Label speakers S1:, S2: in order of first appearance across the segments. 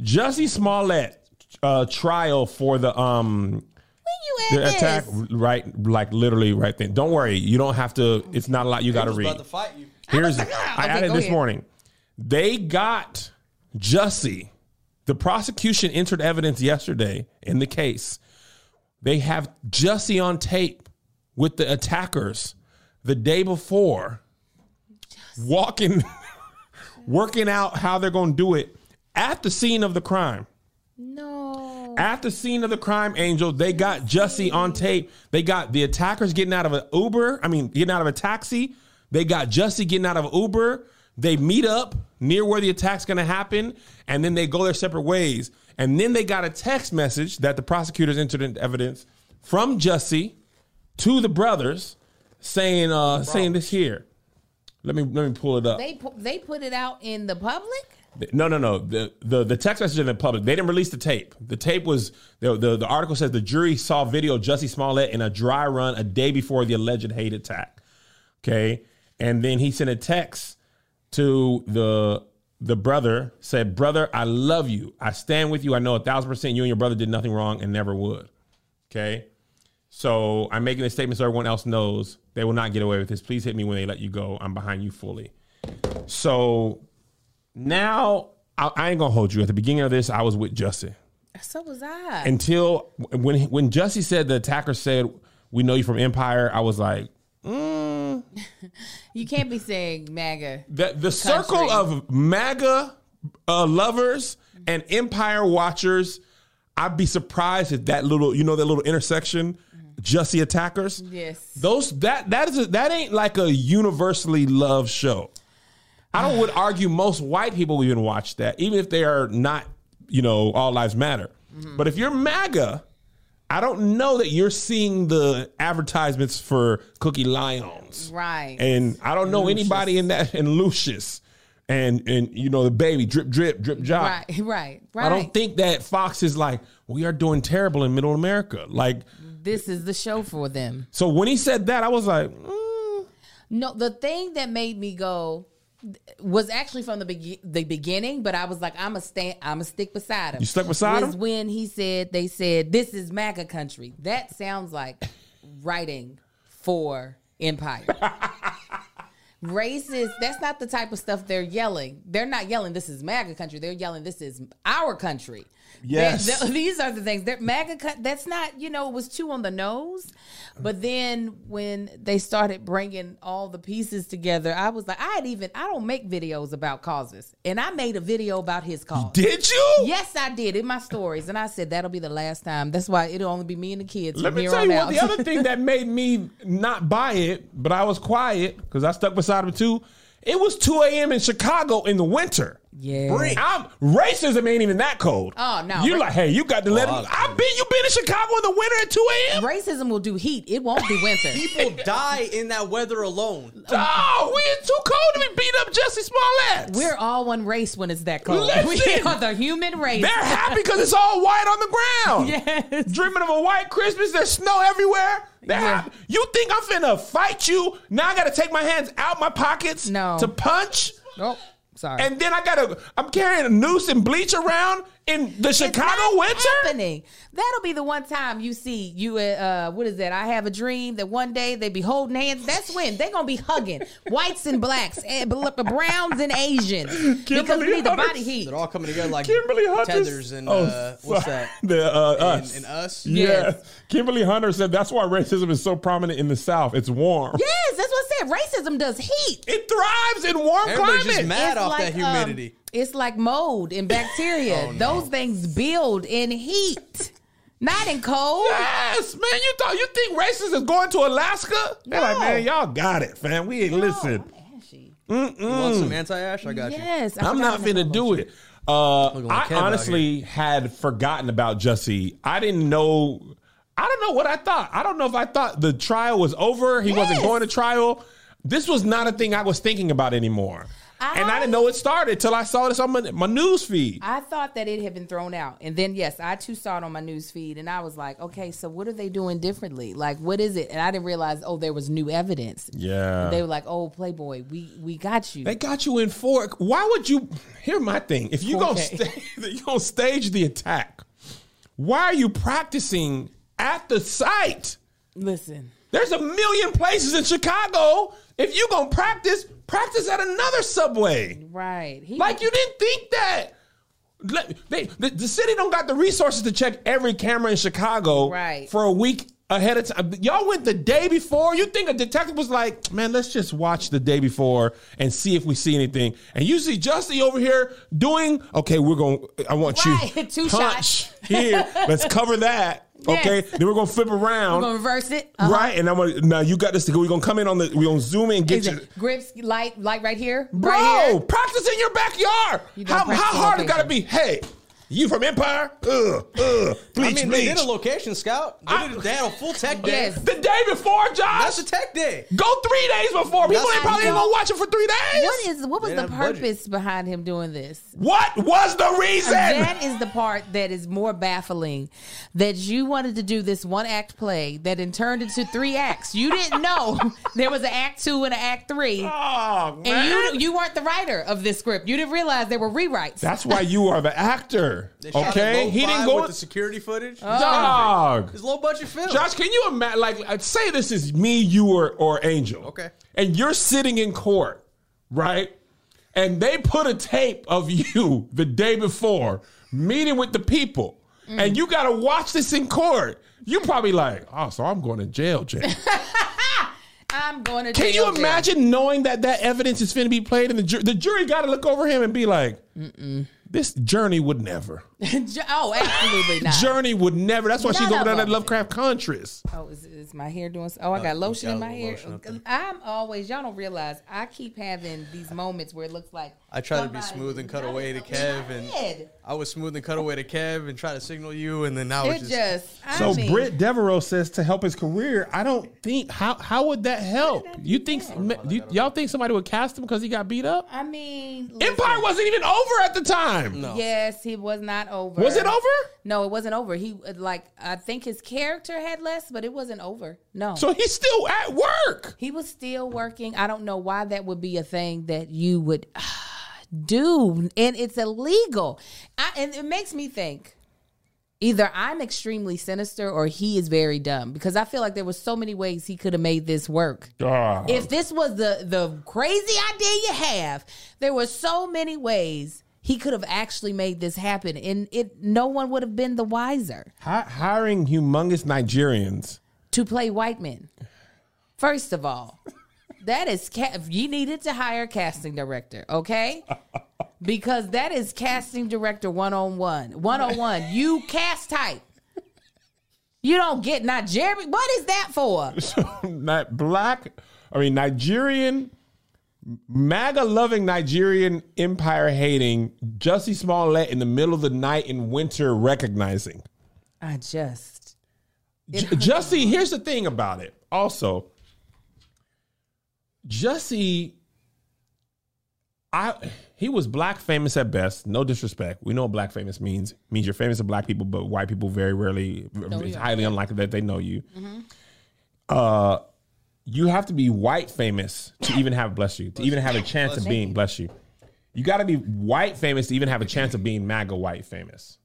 S1: Jussie Smollett uh, trial for the um
S2: Where you
S1: the
S2: at
S1: attack
S2: this?
S1: right like literally right then. Don't worry, you don't have to. It's not a lot you got to
S3: was
S1: read.
S3: about to fight you.
S1: Here's
S2: Okay,
S1: I
S2: go
S1: added this
S2: ahead.
S1: morning. They got Jussie. The prosecution entered evidence yesterday in the case. They have Jussie on tape with the attackers the day before, walking, working out how they're going to do it at the scene of the crime.
S2: No.
S1: At the scene of the crime, Angel, they got Jussie on tape. They got the attackers getting out of an Uber. I mean, getting out of a taxi. They got Jussie getting out of Uber. They meet up near where the attack's going to happen, and then they go their separate ways. And then they got a text message that the prosecutors entered into evidence from Jussie to the brothers, saying, uh, saying this here. Let me let me pull it up.
S2: They pu- they put it out in the public.
S1: No, no, no. The the, the text message in the public. They didn't release the tape. The tape was the, the the article says the jury saw video of Jussie Smollett in a dry run a day before the alleged hate attack. Okay, and then he sent a text to the the brother. Said, "Brother, I love you. I stand with you. I know a thousand percent you and your brother did nothing wrong and never would." Okay. So I'm making a statement so everyone else knows they will not get away with this. Please hit me when they let you go. I'm behind you fully. So now I, I ain't gonna hold you. At the beginning of this, I was with Justin
S2: So was I.
S1: until when when Jussie said the attacker said, "We know you from Empire." I was like,
S2: you can't be saying MAGA.
S1: the the circle of MAGA uh, lovers and Empire watchers. I'd be surprised if that little, you know, that little intersection, Jussie attackers.
S2: Yes.
S1: Those that that is a, that ain't like a universally loved show. I don't would argue most white people even watch that, even if they are not, you know, all lives matter.
S2: Mm-hmm.
S1: But if you're MAGA, I don't know that you're seeing the advertisements for Cookie Lyons,
S2: Right.
S1: And I don't know anybody in that and Lucius, and and you know the baby drip drip drip job.
S2: Right. Right. Right.
S1: I don't think that Fox is like we are doing terrible in Middle America. Like
S2: this is the show for them.
S1: so when he said that, I was like. mm.
S2: No, the thing that made me go th- was actually from the be- the beginning, but I was like, I'm a stand, I'm a stick beside him.
S1: You stuck beside
S2: was
S1: him?
S2: when he said they said this is MAGA country. That sounds like writing for Empire. Racist. That's not the type of stuff they're yelling. They're not yelling. This is MAGA country. They're yelling. This is our country.
S1: Yes.
S2: They're- they're- these are the things that MAGA cut. That's not, you know, it was too on the nose. But then when they started bringing all the pieces together, I was like, I had even, I don't make videos about causes. And I made a video about his cause.
S1: Did you?
S2: Yes, I did in my stories. And I said, that'll be the last time. That's why it'll only be me and the kids.
S1: Let
S2: from
S1: me
S2: here
S1: tell
S2: on
S1: you
S2: out.
S1: what. The other thing that made me not buy it, but I was quiet because I stuck beside him too. It was 2 a.m. in Chicago in the winter.
S2: Yeah.
S3: Break.
S1: I'm racism ain't even that cold.
S2: Oh, no.
S1: You like, hey, you got to let
S3: Oh,
S1: him.
S3: I-
S1: I been you been in Chicago in the winter at 2 a.m.
S2: Racism will do heat. It won't be winter.
S3: People die in that weather alone.
S1: Oh, we is too cold to be beat up Jesse Smollett.
S2: We're all one race when it's that cold. We
S1: Listen.
S2: are the human race.
S1: They're happy because it's all white on the ground.
S2: Yes.
S1: Dreaming of a white Christmas. There's snow everywhere. They're
S2: Yeah.
S1: happy. You think I'm finna fight you? Now I gotta take my hands out my pockets
S2: No.
S1: to punch?
S2: Oh, sorry.
S1: And then I gotta, I'm carrying a noose and bleach around in the
S2: It's
S1: Chicago
S2: not
S1: winter?
S2: happening. That'll be the one time you see you. Uh, uh, what is that? I have a dream that one day they be holding hands. That's when they gonna be hugging whites and blacks, and bl- browns and Asians because
S1: Kimberly
S2: we need the
S1: Hunter.
S2: body heat.
S3: They're all coming together like
S1: Kimberly Hunter.
S3: tethers and
S1: Oh,
S3: uh, what's
S1: sorry.
S3: that?
S1: The, uh, us.
S3: And, and us.
S1: Yeah.
S2: Yes.
S1: Kimberly Hunter said that's why racism is so prominent in the South. It's warm.
S2: Yes, that's what I said. Racism does heat.
S1: It thrives in warm
S3: Everybody's just
S1: climate.
S3: mad off that
S2: um,
S3: humidity. Oh,
S2: it's like mold and bacteria. Those things build in heat, not in cold.
S1: Yes, man. You thought you think racism is going to Alaska? They're like,
S2: No.
S1: man, y'all got it, fam. We ain't listen.
S2: Oh, I'm ashy.
S3: You
S1: Mm.
S3: want some anti-ash? I got you.
S2: Yes, I
S1: I'm not
S2: forgot
S1: finna do it. Uh,
S3: Looking like
S1: I
S3: Kev out
S1: honestly had forgotten about Jussie. I didn't know. I don't know what I thought. I don't know if I thought the trial was over. He wasn't
S2: Yes.
S1: going to trial. This was not a thing I was thinking about anymore. and I didn't know it started till I saw this on my, my news feed.
S2: I thought that it had been thrown out. And then, yes, I too saw it on my news feed. And I was like, okay, so what are they doing differently? Like, what is it? And I didn't realize, oh, there was new evidence.
S1: yeah,
S2: They were like, oh, Playboy, we, we got you.
S1: They got you in four. Why would you? Here's my thing: if you gonna
S2: 4K.
S1: sta you gonna stage the attack, why are you practicing at the site?
S2: Listen.
S1: There's a million places in Chicago. If you gonna practice, practice at another subway.
S2: Right. He,
S1: Like you didn't think that. Let- they- the, the city don't got the resources to check every camera in Chicago
S2: Right.
S1: for a week ahead of time. Y'all went the day before. You think a detective was like, man, let's just watch the day before and see if we see anything. And you see Justy over here doing, okay, we're going, to I want you
S2: Right, two
S1: punch
S2: shots.
S1: here. Let's cover that. Okay.
S2: Yes.
S1: Then we're going to flip around.
S2: I'm going to reverse it. Uh-huh.
S1: Right. And I'm going to, now you got this. We're going to come in on the, we're going to zoom in and get
S2: Is
S1: you.
S2: it grips, light, light right here?
S1: Bro,
S2: right here.
S1: practice in your backyard.
S2: You don't
S1: How,
S2: practice
S1: how
S2: in
S1: hard
S2: your
S1: it gotta be? Hey, you from Empire? Ugh, ugh, bleach,
S3: I mean, they
S1: bleach.
S3: did a location scout. They,
S1: I-
S3: did, they had a full tech day.
S2: Yes.
S1: the day before, Josh.
S3: That's a tech day.
S1: Go three days before. People
S3: That's-
S1: ain't probably
S2: I
S1: even
S2: know.
S1: gonna watch it for three days.
S2: What is what was
S3: They
S2: the
S3: didn't have a budget.
S2: purpose behind him doing this?
S1: What was the reason?
S2: That is the part that is more baffling. That you wanted to do this one act play that then turned into three acts. You didn't know there was an act two and an act three.
S1: oh
S2: and
S1: man,
S2: you you weren't the writer of this script. You didn't realize there were rewrites.
S1: that's why you are the actor.
S3: They shot it
S1: Okay,
S3: low
S1: he
S3: fi
S1: didn't go.
S3: with the security footage.
S1: dog.
S3: It's low budget film.
S1: Josh, can you imagine? Like, uh, say this is me, you, or or Angel.
S3: Okay.
S1: And you're sitting in court, right? And they put a tape of you the day before meeting with the people,
S2: Mm.
S1: and you got to watch this in court. You probably like, oh, so I'm going to jail, jail.
S2: I'm going to
S1: Can you
S2: jail, jail.
S1: imagine knowing that that evidence is finna be played, and the jury, the jury got to look over him and be like, this journey would never,
S2: Ju- oh, absolutely not.
S1: journey would never. That's why she's
S2: None
S1: over
S2: of
S1: there at
S2: them.
S1: Lovecraft Countries.
S2: Oh, is, is my hair doing? s- Oh, I got lotion
S3: got
S2: in my
S3: a little
S2: hair.
S3: Uh, lotion up there.
S2: I'm always. Y'all don't realize. I keep having these moments where it looks like
S3: I try to be
S2: somebody
S3: smooth and cut
S2: rubbing
S3: away to
S2: something in
S3: Kev,
S2: my
S3: and
S2: head.
S3: I was smooth and cut away to Kev and try to signal you, and then now
S2: It
S3: it's just,
S2: just. I
S1: So
S2: mean,
S1: Britt Devereaux says to help his career. I don't think how how would that help? You think do you, y'all think somebody would cast him because he got beat up?
S2: I mean,
S1: Empire wasn't even over at the time.
S3: No.
S2: Yes, he was not over.
S1: Oh. Was it over?
S2: No, it wasn't over. He uh, like I think his character had less, but it wasn't over. No.
S1: So he's still at work.
S2: he was still working. I don't know why that would be a thing that you would do, and it's illegal. I, and it makes me think either I'm extremely sinister or he is very dumb because I feel like there were so many ways he could have made this work. If this was the the crazy idea you have, there were so many ways he could have actually made this happen, and it no one would have been the wiser
S1: Hi- hiring humongous Nigerians.
S2: to play white men. First of all, that is ca- you needed to hire a casting director, okay? Because that is casting director one on one, one on one. You cast type. You don't get Nigerian. What is that for?
S1: Not black, I mean Nigerian, MAGA loving Nigerian empire hating Jussie Smollett in the middle of the night in winter recognizing.
S2: I just
S1: J- Jussie, here's the thing about it. Also, Jussie, I he was black famous at best. No disrespect. We know what black famous means. means you're famous to black people, but white people very rarely. it's highly unlikely that they know you. Uh, you have to be white famous to even have bless you to even have a chance of being bless you. You got to be white famous to even have a chance of being MAGA white famous.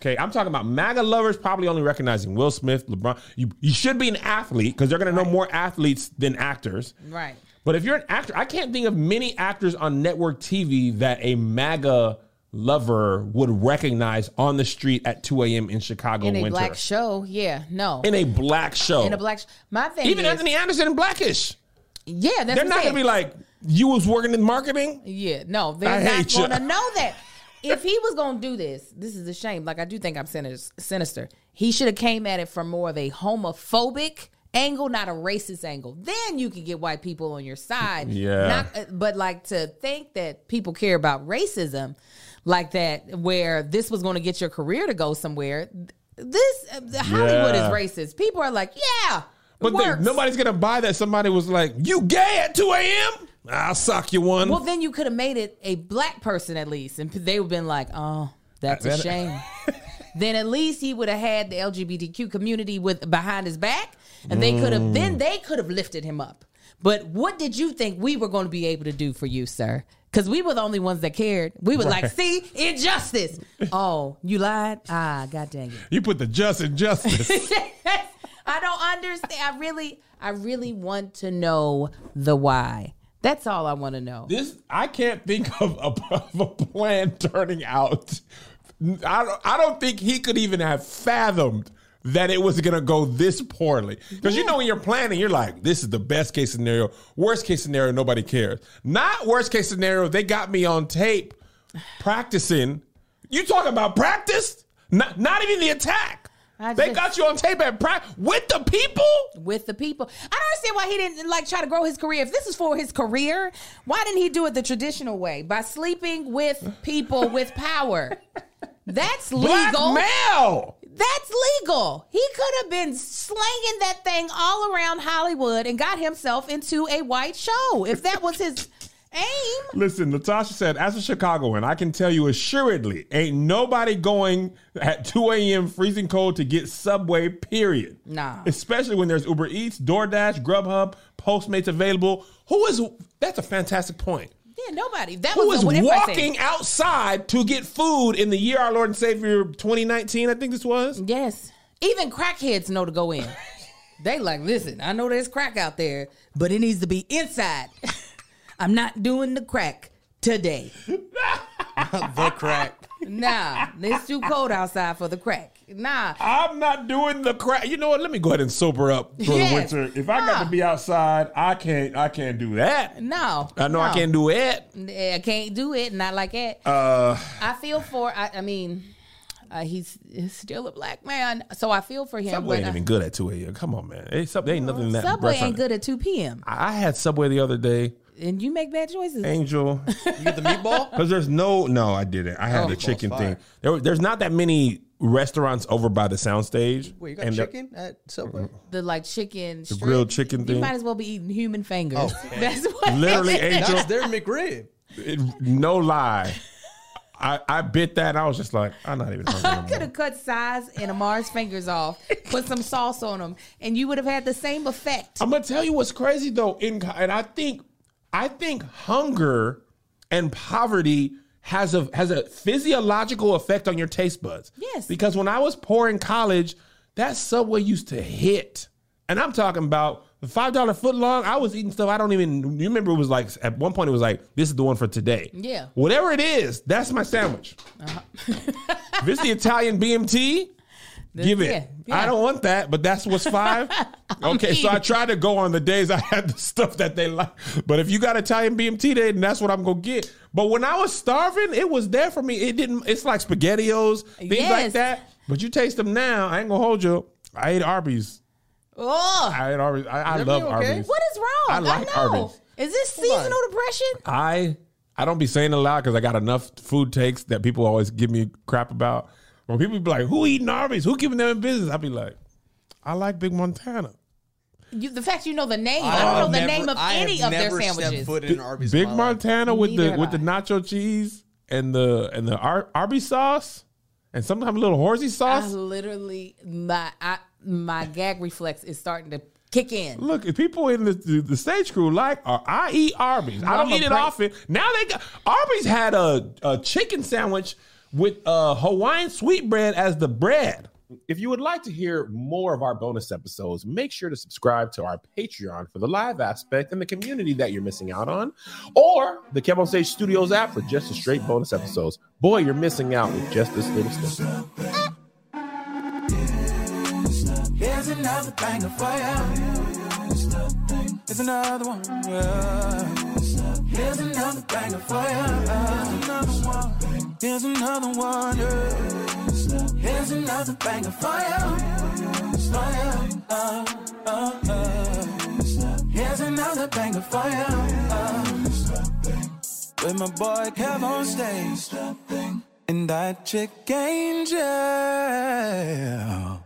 S1: Okay, I'm talking about MAGA lovers probably only recognizing Will Smith, LeBron. You, you should be an athlete because they're going to know more athletes than actors.
S2: right.
S1: But if you're an actor, I can't think of many actors on network TV that a MAGA lover would recognize on the street at 2 a.m. in Chicago
S2: In a
S1: winter.
S2: black show, yeah, no.
S1: in a black show.
S2: in a black. Sh- My thing
S1: Even
S2: is,
S1: Anthony Anderson in Blackish.
S2: yeah, that's
S1: They're
S2: what
S1: not
S2: I'm
S1: going to be
S2: saying.
S1: like, you was working in marketing?
S2: yeah, no, they're
S1: I
S2: not
S1: hate ya.
S2: going to know that. If he was going to do this, this is a shame. Like I do think I'm sinister. sinister. He should have came at it from more of a homophobic angle, not a racist angle. Then you can get white people on your side.
S1: Yeah.
S2: Not, uh, but like to think that people care about racism like that, where this was going to get your career to go somewhere. th- This uh, Hollywood
S1: Yeah.
S2: is racist. People are like, yeah, it
S1: But then
S2: works.
S1: nobody's going to buy that somebody was like, you gay at 2 a.m.? I'll sock you one.
S2: Well, then you could have made it a black person at least, and they would have been like, "Oh, that's a
S1: That-
S2: shame." then at least he would have had the LGBTQ community with behind his back, and they could have then they could have lifted him up. But what did you think we were going to be able to do for you, sir? Because we were the only ones that cared. We were like,
S1: Right.
S2: "See, injustice." oh, you lied. Ah, god dang it.
S1: you put the just in justice.
S2: I don't understand. I really, I really want to know the why. That's all I want to know.
S1: this I can't think of a, of a plan turning out. I don't, I don't think he could even have fathomed that it was going to go this poorly. Because you know when you're planning, you're like, this is the best case scenario. Worst case scenario, nobody cares. Not worst case scenario. They got me on tape practicing. You talking about practice? Not not even the attack.
S2: I
S1: they
S2: just-
S1: got you on tape at practice with the people.
S2: with the people. I don't understand why he didn't like try to grow his career. If this is for his career, why didn't he do it the traditional way by sleeping with people with power? That's
S1: Black
S2: legal.
S1: male.
S2: That's legal. He could have been slanging that thing all around Hollywood and got himself into a white show if that was his aim.
S1: Listen, Natasha said, as a Chicagoan, I can tell you assuredly, ain't nobody going at 2 a.m. freezing cold to get Subway, period.
S2: Nah.
S1: Especially when there's Uber Eats, DoorDash, Grubhub, Postmates available. Who is, that's a fantastic point.
S2: Yeah, nobody. That
S1: Who
S2: was
S1: is
S2: the- what if I say-
S1: walking outside to get food in the year our Lord and Savior 2019, I think this was?
S2: Yes. Even crackheads know to go in. they like, listen, I know there's crack out there, but it needs to be inside. I'm not doing the crack today.
S3: the crack.
S2: Nah, it's too cold outside for the crack. Nah.
S1: I'm not doing the crap. You know what? Let me go ahead and sober up for
S2: Yes.
S1: the winter. If I got
S2: Nah.
S1: to be outside, I can't. I can't do that.
S2: No.
S1: I know I
S2: no. Eh,
S1: can't do it.
S2: I can't do it. Not like that.
S1: Uh,
S2: I feel for, I, I mean, uh, he's, he's still a black man, so I feel for him.
S1: Subway
S2: but,
S1: ain't
S2: uh,
S1: even good at 2 a.m. Come on, man. Hey, Subway ain't nothing in that
S2: Subway
S1: restaurant.
S2: ain't good at 2 p.m.
S1: I I had Subway the other day,
S2: And you make bad choices.
S1: Angel,
S3: You get the meatball?
S1: because there's no, no, I didn't. I had
S2: Oh.
S1: the chicken
S3: Meatball's
S1: thing.
S3: fire.
S1: There, there's not that many restaurants over by the soundstage.
S3: Wait, you got
S1: And the-
S3: chicken at Subway?
S2: the like chicken, the
S1: grilled chicken
S2: you
S1: thing.
S2: might as well be eating human fingers.
S3: Oh, okay.
S2: That's what
S1: Literally,
S2: it is.
S1: Angel,
S3: That's their McRib.
S1: it- no lie. I, I bit that and I was just like, I'm not even hungry.
S2: I
S1: no more.
S2: could have cut size and Amar's fingers off, put some sauce on them, and you would have had the same effect.
S1: I'm gonna tell you what's crazy though, in and I think I think hunger and poverty has a has a physiological effect on your taste buds.
S2: Yes.
S1: Because when I was poor in college, that subway used to hit. And I'm talking about the five dollar foot long. I was eating stuff I don't even you remember it was like at one point it was like, this is the one for today.
S2: Yeah.
S1: Whatever it is, that's my sandwich.
S3: Uh-huh.
S1: if it's the Italian BMT, give it.
S2: yeah, yeah.
S1: I don't want that, but that's what's five. okay, so I try to go on the days I had the stuff that they like. But if you got Italian BMT, then that's what I'm gonna get. But when I was starving, it was there for me. It didn't. It's like Spaghettios, things
S2: Yes.
S1: like that. But you taste them now. I ain't gonna hold you. I ate Arby's.
S2: Oh,
S1: I ate Arby's. I, I
S3: That'd
S1: love
S3: be okay.
S1: Arby's.
S2: what is wrong?
S1: I like
S2: know.
S1: Arby's.
S2: Is this
S3: Hold on.
S2: seasonal depression?
S1: I I don't be saying it loud because I got enough food takes that people always give me crap about. When people be like, "Who eating Arby's? Who keeping them in business?" I be like, "I like Big Montana."
S2: You, the fact you know the name, I don't know the name of
S3: I have
S2: any of their
S3: never stepped
S2: sandwiches.
S3: Foot in an Arby's in
S1: Big
S3: my life.
S1: Montana with
S2: Neither
S1: the
S2: have
S1: with the
S2: I.
S1: nacho cheese and the and the Ar- Arby sauce and sometimes a little horsey
S2: I
S1: sauce.
S2: literally, my I, my gag reflex is starting to kick in.
S1: Look, if people in the, the, the stage crew like Ar- I eat Arby's. I don't
S2: Mama
S1: eat it
S2: Bra-
S1: often. Now they got Arby's had a, a chicken sandwich with uh, Hawaiian sweetbread as the bread. If you would like to hear more of our bonus episodes, make sure to subscribe to our Patreon for the live aspect and the community that you're missing out on, or the Kev on Stage Studios app for just the straight bonus episodes. Boy, you're missing out with just this little stuff.
S4: There's another thing of fire. There's another one. yeah. There's another thing of fire. There's another one. yeah. There's another thing of fire. Fire. uh, uh, uh. There's another thing of fire. uh. With my boy Kev on stage. And that chick Angel.